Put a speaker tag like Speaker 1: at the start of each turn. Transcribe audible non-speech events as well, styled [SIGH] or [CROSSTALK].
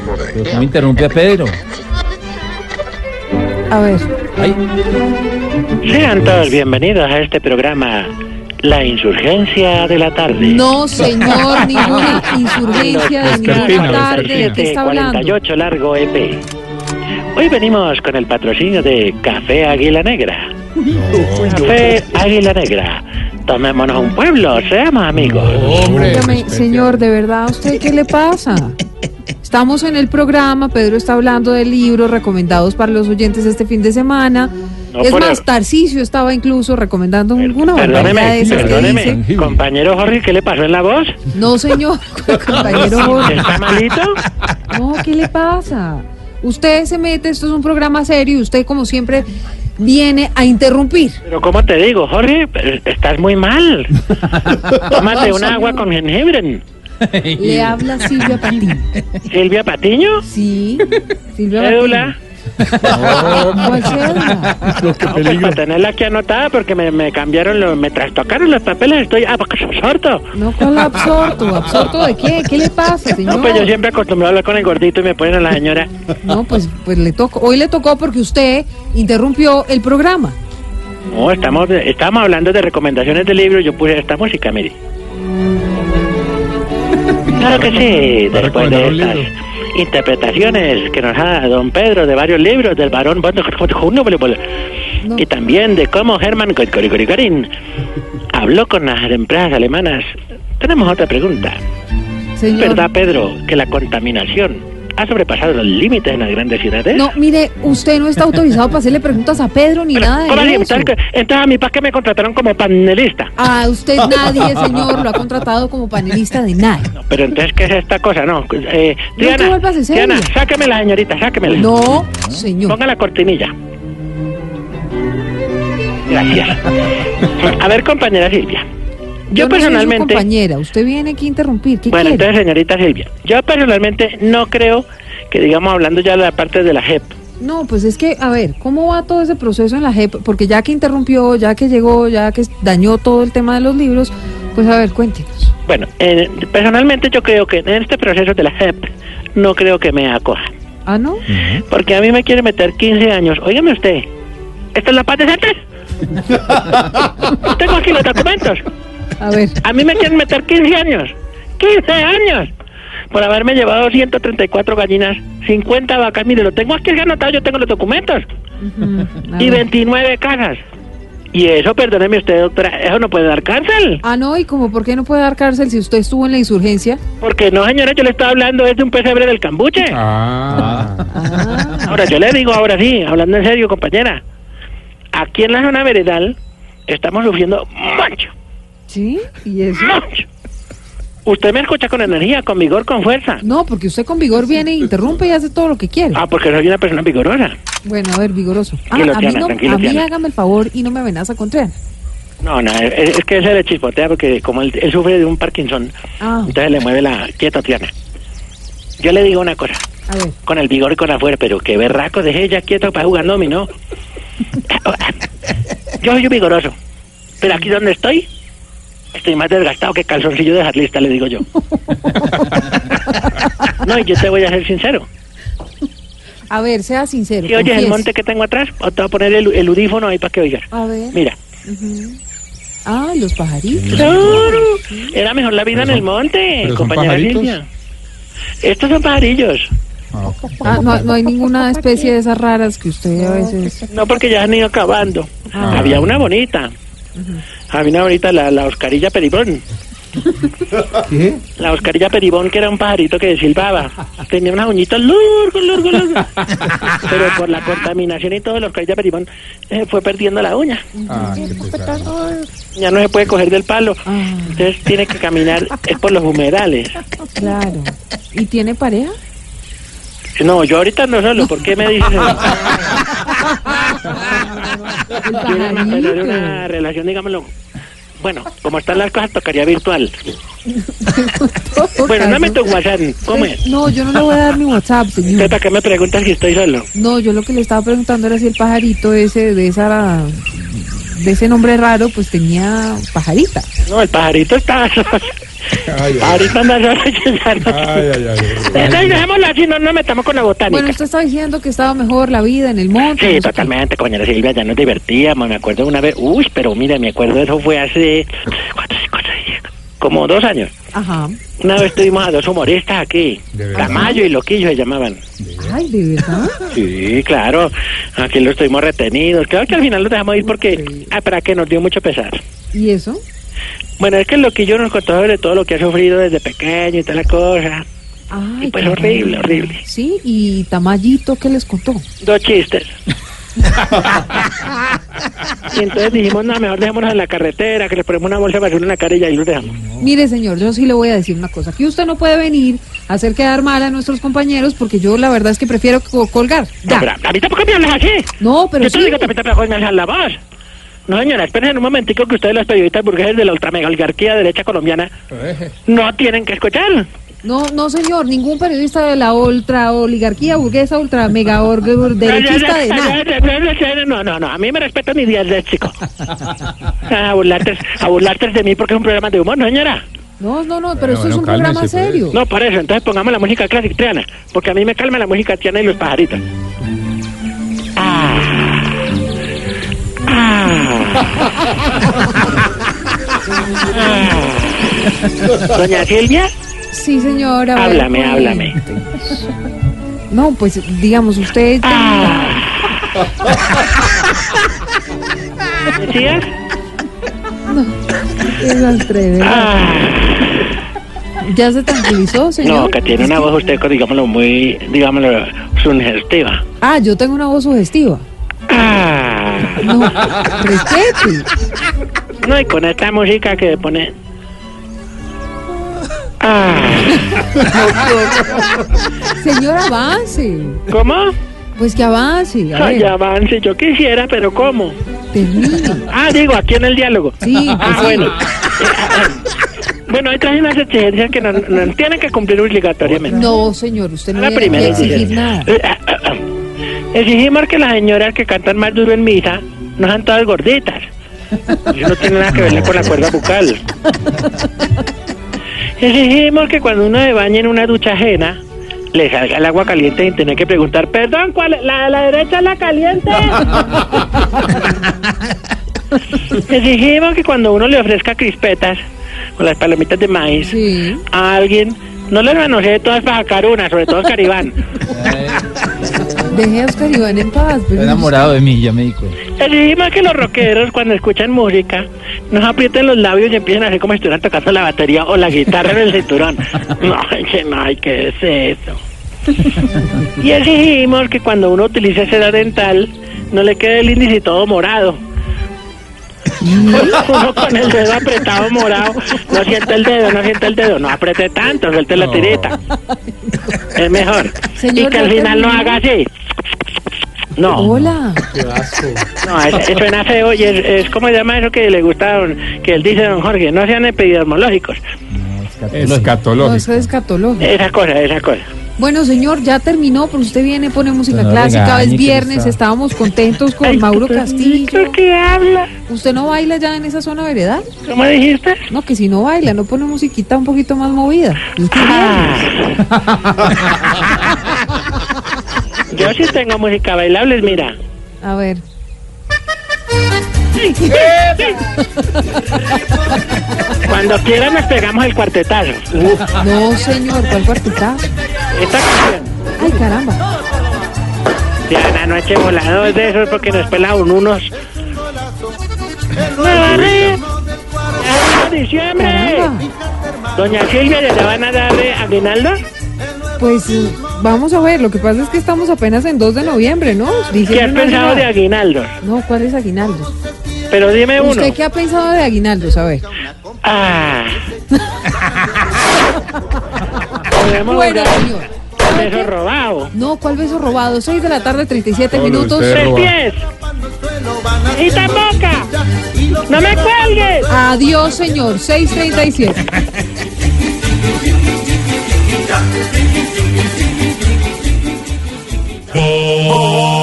Speaker 1: Pero ¿cómo interrumpe a Pedro?
Speaker 2: A ver,
Speaker 1: Ay,
Speaker 3: Sean todos bienvenidos a este programa, La Insurgencia de la Tarde.
Speaker 2: no [LAUGHS] señor, ninguna insurgencia de ninguna
Speaker 4: Vespertino,
Speaker 2: tarde, ¿de
Speaker 3: Este
Speaker 2: qué está hablando?
Speaker 3: 48 largo EP. Hoy venimos con el patrocinio de Café Águila Negra. Café Águila Negra. Tomémonos un pueblo, seamos amigos.
Speaker 4: Hombre,
Speaker 2: Dígame, señor, de verdad, ¿a usted qué le pasa? Estamos en el programa, Pedro está hablando de libros recomendados para los oyentes este fin de semana.
Speaker 3: No,
Speaker 2: es
Speaker 3: pero-
Speaker 2: más, Tarcisio estaba incluso recomendando alguna barbaridad de
Speaker 3: Perdóneme,
Speaker 2: esas que
Speaker 3: perdóneme.
Speaker 2: dice.
Speaker 3: Compañero Jorge, ¿qué le pasó en la voz?
Speaker 2: No, señor, [LAUGHS] compañero. Jorge.
Speaker 3: ¿Está malito?
Speaker 2: No, ¿qué le pasa? Usted se mete, esto es un programa serio y usted, como siempre, viene a interrumpir.
Speaker 3: Pero ¿cómo te digo, Jorge? Estás muy mal. Tómate un agua con jengibre.
Speaker 1: [LAUGHS]
Speaker 2: Le habla Silvia Patín.
Speaker 3: Silvia Patiño,
Speaker 2: Sí,
Speaker 3: Eh,
Speaker 2: Silvia Patín.
Speaker 3: cédula.
Speaker 2: ¿Cuál cédula?
Speaker 3: No, pues para tenerla aquí anotada porque me, me cambiaron, los, me trastocaron los papeles, estoy ah, sordo.
Speaker 2: No, ¿cuál absorto? ¿Absorto de qué? ¿Qué le pasa, señor?
Speaker 3: No, pues yo siempre acostumbrado a hablar con el gordito y me ponen a la señora.
Speaker 2: No, pues, pues le tocó. Hoy le tocó porque usted interrumpió el programa.
Speaker 3: No, estamos, estamos hablando de recomendaciones de libros, yo puse esta música, mire. Claro que
Speaker 4: [LAUGHS]
Speaker 3: sí,
Speaker 4: Va a
Speaker 3: después
Speaker 4: recomendar
Speaker 3: de
Speaker 4: un
Speaker 3: estas
Speaker 4: libro.
Speaker 3: interpretaciones que nos ha don Pedro de varios libros del varón Bondo- [LAUGHS]
Speaker 2: No.
Speaker 3: y también de cómo Hermann Gorigorigorin habló con las empresas alemanas. Tenemos otra pregunta. ¿Es
Speaker 2: Señor.
Speaker 3: verdad, Pedro, que la contaminación ha sobrepasado los límites en las grandes ciudades?
Speaker 2: No, mire, usted no está autorizado para hacerle preguntas a Pedro ni
Speaker 3: Pero,
Speaker 2: nada
Speaker 3: ¿cómo
Speaker 2: de
Speaker 3: así?
Speaker 2: eso.
Speaker 3: Entonces, entonces a mí, ¿para qué me contrataron como panelista?
Speaker 2: A usted nadie, señor, lo ha contratado como panelista de nada.
Speaker 3: No, pero entonces, ¿qué es esta cosa? No, eh,
Speaker 2: No te
Speaker 3: Diana,
Speaker 2: vuelvas en serio.
Speaker 3: Diana, sáquemela, señorita, sáquemela.
Speaker 2: No, señor.
Speaker 3: Ponga la cortinilla. Gracias. A ver, compañera Silvia. Yo,
Speaker 2: no soy su
Speaker 3: personalmente...
Speaker 2: compañera, usted viene aquí a interrumpir. ¿Qué
Speaker 3: Bueno,
Speaker 2: quiere?
Speaker 3: entonces, señorita Silvia, yo personalmente no creo que, digamos, hablando ya de la parte de la E JEP,
Speaker 2: No, pues es que, a ver, ¿cómo va todo ese proceso en la JEP? Porque ya que interrumpió, ya que llegó, ya que dañó todo el tema de los libros, pues a ver, cuéntenos.
Speaker 3: Bueno, eh, personalmente yo creo que en este proceso de la JEP no creo que me acoja.
Speaker 2: Ah, ¿no?
Speaker 3: Mm. Porque a mí me quiere meter 15 años. Óigame usted, ¿esta es la paz de Sartre? Tengo aquí los documentos.
Speaker 2: A ver,
Speaker 3: [LAUGHS] A mí me quieren meter 15 años. ¡15 años! Por haberme llevado 134 gallinas, 50 vacas. Mire, lo tengo aquí anotado, yo tengo los documentos.
Speaker 2: ujú, a
Speaker 3: Y
Speaker 2: ver.
Speaker 3: 29 casas. Y eso, perdóneme usted, doctora, eso no puede dar cárcel.
Speaker 2: Ah, no, y como, ¿por qué no puede dar cárcel si usted estuvo en la insurgencia?
Speaker 3: Porque no, señora, yo le estaba hablando es de un pesebre del cambuche.
Speaker 4: Ah,
Speaker 2: Ah,
Speaker 3: Ahora, yo le digo ahora sí, hablando en serio, compañera. Aquí en la zona veredal estamos sufriendo mucho,
Speaker 2: ¿sí? ¿Y eso?
Speaker 3: mucho. Usted me escucha con energía, con vigor, con fuerza.
Speaker 2: No, porque usted con vigor viene, e interrumpe y hace todo lo que quiere.
Speaker 3: Ah, porque soy una persona vigorosa.
Speaker 2: Bueno, a ver, vigoroso. Ah,
Speaker 3: Tranquilo,
Speaker 2: a mí,
Speaker 3: Tiana,
Speaker 2: no,
Speaker 3: tranquilo,
Speaker 2: a mí
Speaker 3: Tiana.
Speaker 2: hágame el favor y no me amenaza con tren.
Speaker 3: No, no, es, es que se le chispotea porque como él, él sufre de un Parkinson,
Speaker 2: Ah,
Speaker 3: entonces le mueve la quieta tierna. Yo le digo una cosa,
Speaker 2: a ver.
Speaker 3: con el vigor y con la fuerza, pero qué berraco, dejé ya quieto para jugar mi ¿no? [LAUGHS] Yo soy un vigoroso, pero aquí donde estoy, estoy más desgastado que calzoncillo de jarlista, le digo yo. No, y yo te voy a ser sincero.
Speaker 2: A ver, sea sincero.
Speaker 3: Si oyes el
Speaker 2: confiese.
Speaker 3: monte que tengo atrás, o te voy a poner el, el audífono ahí para que oigas.
Speaker 2: A ver.
Speaker 3: Mira.
Speaker 2: ujú. Ah, los pajaritos.
Speaker 3: Claro, era mejor la vida en el monte,
Speaker 4: pero pues son
Speaker 3: compañera
Speaker 4: pajaritos.
Speaker 3: Silvia. Estos son pajarillos.
Speaker 2: Ah, no, no hay ninguna especie de esas raras que usted a veces.
Speaker 3: No, porque ya han ido acabando.
Speaker 2: Ah.
Speaker 3: Había una bonita. Había una bonita, la, la Oscarilla Peribón.
Speaker 4: [LAUGHS] ¿qué?
Speaker 3: La Oscarilla Peribón, que era un pajarito que silbaba. Tenía unas uñitas lurgo, lurgo, lurgo. Pero por la contaminación y todo, la Oscarilla Peribón eh, fue perdiendo la uña.
Speaker 4: Ah, qué pesado.
Speaker 3: Ya no se puede coger del palo.
Speaker 2: Ah,
Speaker 3: Entonces tiene que caminar es por los humedales.
Speaker 2: claro. ¿Y tiene pareja?
Speaker 3: No, yo ahorita no solo. ¿Por qué me
Speaker 2: [LAUGHS]
Speaker 3: dices eso?
Speaker 2: El
Speaker 3: Tiene una, pero de una
Speaker 2: pajarito.
Speaker 3: relación, digámoslo. Bueno, como están las cosas, tocaría virtual. Bueno, dame tu WhatsApp. ¿Cómo es?
Speaker 2: Pues, No, yo no le voy a dar mi WhatsApp,
Speaker 3: Entonces,
Speaker 2: señor.
Speaker 3: ¿Para qué me preguntas si estoy solo?
Speaker 2: No, yo lo que le estaba preguntando era si el pajarito ese de esa de ese nombre raro pues tenía pajarita.
Speaker 3: No, el pajarito está solo.
Speaker 4: Ay, ay,
Speaker 3: Ahorita andas [LAUGHS] ahora que ya no.
Speaker 4: ay, ay, ay.
Speaker 3: Venga, y dejémoslo así, no nos metamos con la botánica.
Speaker 2: Bueno, usted está diciendo que estaba mejor la vida en el monte. no
Speaker 3: Sí,
Speaker 2: sé qué.
Speaker 3: totalmente, compañera Silvia, ya nos divertíamos, me acuerdo una vez, uy, pero mira, me acuerdo, eso fue hace, ¿cuántos, cuántos años? Como dos años.
Speaker 2: Ajá.
Speaker 3: Una vez tuvimos a dos humoristas aquí,
Speaker 4: ¿De verdad?
Speaker 3: Tamayo y Loquillo se llamaban.
Speaker 2: Ay, de verdad.
Speaker 3: Sí, claro, aquí los tuvimos retenidos, claro que al final los dejamos ir porque, ah, para que nos dio mucho pesar.
Speaker 2: ¿Y eso?
Speaker 3: Bueno, es que Loquillo nos contó sobre todo lo que ha sufrido desde pequeño y toda la cosa.
Speaker 2: Ay,
Speaker 3: Y pues
Speaker 2: caramba.
Speaker 3: horrible, horrible.
Speaker 2: Sí, y Tamayito, ¿qué les contó? [LAUGHS]
Speaker 3: Dos chistes. y entonces dijimos, no, mejor dejémonos en la carretera, que le ponemos una bolsa de basura en la cara y ahí los dejamos.
Speaker 2: Mire, señor, yo sí le voy a decir una cosa. Aquí usted no puede venir a hacer quedar mal a nuestros compañeros porque yo la verdad es que prefiero co- colgar.
Speaker 3: No, pero
Speaker 2: Ya.
Speaker 3: a mí tampoco me hablas así.
Speaker 2: No, pero
Speaker 3: Yo te
Speaker 2: sí.
Speaker 3: digo también te trabajo me alzan la voz. No, señora, espérense un momentico que ustedes, los periodistas burgueses de la ultramega oligarquía derecha colombiana, no tienen que escuchar.
Speaker 2: No, no, señor, ningún periodista de la ultra oligarquía burguesa, ultra mega
Speaker 3: [LAUGHS]
Speaker 2: org- derechista de nada.
Speaker 3: No, no, no, a mí me respetan mis días de chico. Ah, A burlarte, a burlarte de mí porque es un programa de humor, ¿no, señora.
Speaker 2: No, no, no, pero esto
Speaker 4: Bueno,
Speaker 2: es
Speaker 4: bueno,
Speaker 2: un programa
Speaker 4: cálmese, pues.
Speaker 2: serio.
Speaker 3: No, por eso, entonces pongamos la música clásica triana, porque a mí me calma la música triana y los pajaritos. Ah. Ah. Ah. Doña Silvia,
Speaker 2: Sí, señor. a ver,
Speaker 3: háblame,
Speaker 2: pues.
Speaker 3: háblame.
Speaker 2: No, pues digamos, usted. [LAUGHS]
Speaker 3: Ah. ¿Decías?
Speaker 2: Es al atrever.
Speaker 3: Ah.
Speaker 2: ¿Ya se tranquilizó, señor?
Speaker 3: No, que tiene una voz usted, digámoslo, muy, digámoslo, sugestiva.
Speaker 2: Ah, yo tengo una voz sugestiva.
Speaker 3: Ah.
Speaker 2: No, respete.
Speaker 3: No, y con esta música que pone. Ah,
Speaker 2: Señor, avance.
Speaker 3: ¿Cómo? Ah,
Speaker 2: Pues que avance. A
Speaker 3: Ay,
Speaker 2: ver,
Speaker 3: avance, yo quisiera, pero ¿cómo? [LAUGHS]
Speaker 2: termine.
Speaker 3: Ah, digo, aquí en el diálogo.
Speaker 2: Sí, pues
Speaker 3: Ah,
Speaker 2: sí.
Speaker 3: bueno. [LAUGHS] Bueno, hay traje unas exigencias que no, no- tienen que cumplir obligatoriamente.
Speaker 2: No, señor, usted no
Speaker 3: La
Speaker 2: le va
Speaker 3: primera
Speaker 2: a exigir
Speaker 3: exigencia.
Speaker 2: nada.
Speaker 3: Eh, ah, ah, ah. Exigimos que las señoras que cantan más duro en misa no sean todas gorditas. Eso no tiene nada que ver con la cuerda bucal. Exigimos que cuando uno se baña en una ducha ajena, le salga el agua caliente sin tener que preguntar, perdón, ¿cuál, es? ¿la de la derecha es la caliente? Exigimos que cuando uno le ofrezca crispetas o las palomitas de maíz,
Speaker 2: Sí.
Speaker 3: a alguien, no le manosee todas para sacar una, sobre todo Caribán.
Speaker 2: Deje a Oscar Iván en paz. pues.
Speaker 1: Está
Speaker 2: pero-
Speaker 1: enamorado de mí, ya me di cuenta.
Speaker 3: Exigimos que los rockeros, cuando escuchan música, nos aprieten los labios y empiecen a hacer como si estuvieran tocando la batería o la guitarra en el cinturón. No, que no, ay, ¿qué es eso? Y exigimos que cuando uno utilice seda dental, no le quede el índice todo morado. Uno con el dedo apretado morado, no siente el dedo, no siente el dedo, no apriete tanto, suelte la
Speaker 4: No.
Speaker 3: tirita. Es mejor.
Speaker 2: Señor,
Speaker 3: y que al
Speaker 2: ya
Speaker 3: final no
Speaker 2: terminé.
Speaker 3: haga así. No.
Speaker 2: Hola.
Speaker 4: Qué asco.
Speaker 3: No, es, es- suena feo y es, es como se llama eso que le gusta a don- que él dice don Jorge, no sean epidemiológicos.
Speaker 2: No,
Speaker 4: Escatológico.
Speaker 2: eso es escatológico.
Speaker 3: Esa cosa, esa cosa.
Speaker 2: Bueno, señor, ya terminó, pero usted viene, pone música
Speaker 1: No
Speaker 2: clásica,
Speaker 1: regañe,
Speaker 2: es
Speaker 1: que
Speaker 2: viernes,
Speaker 1: está-
Speaker 2: estábamos contentos con
Speaker 3: Ay,
Speaker 2: Mauro
Speaker 3: qué
Speaker 2: Castillo.
Speaker 3: bonito que habla?
Speaker 2: ¿Usted no baila ya en esa zona veredal?
Speaker 3: ¿Cómo dijiste?
Speaker 2: No, que si no baila, no pone musiquita un poquito más movida. Es que viernes.
Speaker 3: Ah. Yo sí tengo música bailable, mira.
Speaker 2: A ver.
Speaker 3: Cuando quiera nos pegamos el cuartetazo.
Speaker 2: No, señor, ¿cuál cuartetazo?
Speaker 3: Esta canción.
Speaker 2: Ay, caramba.
Speaker 3: De anoche volados de esos porque nos pelaron unos. ¡Me barré! ¡Arriba diciembre!
Speaker 2: Caramba.
Speaker 3: Doña Silvia, ¿le van a dar de aguinaldo?
Speaker 2: Pues eh, vamos a ver, lo que pasa es que estamos apenas en 2 de noviembre, ¿no? Diciembre
Speaker 3: ¿Qué
Speaker 2: no
Speaker 3: has
Speaker 2: hace
Speaker 3: pensado de
Speaker 2: nada.
Speaker 3: aguinaldos?
Speaker 2: No, ¿cuál es aguinaldos?
Speaker 3: Pero dime uno.
Speaker 2: ¿Usted qué ha pensado de aguinaldos? A ver.
Speaker 3: Ah. Podemos
Speaker 2: Bueno,
Speaker 3: hablar
Speaker 2: señor.
Speaker 3: de eso robado.
Speaker 2: No, ¿cuál beso robado? 6 de la tarde, 37
Speaker 4: Solo
Speaker 2: minutos.
Speaker 4: usted.
Speaker 3: ¡Tres
Speaker 4: robado.
Speaker 3: pies! ¡Y tan boca! ¡No me cuelgues!
Speaker 2: Adiós, señor. 637.
Speaker 5: Gol.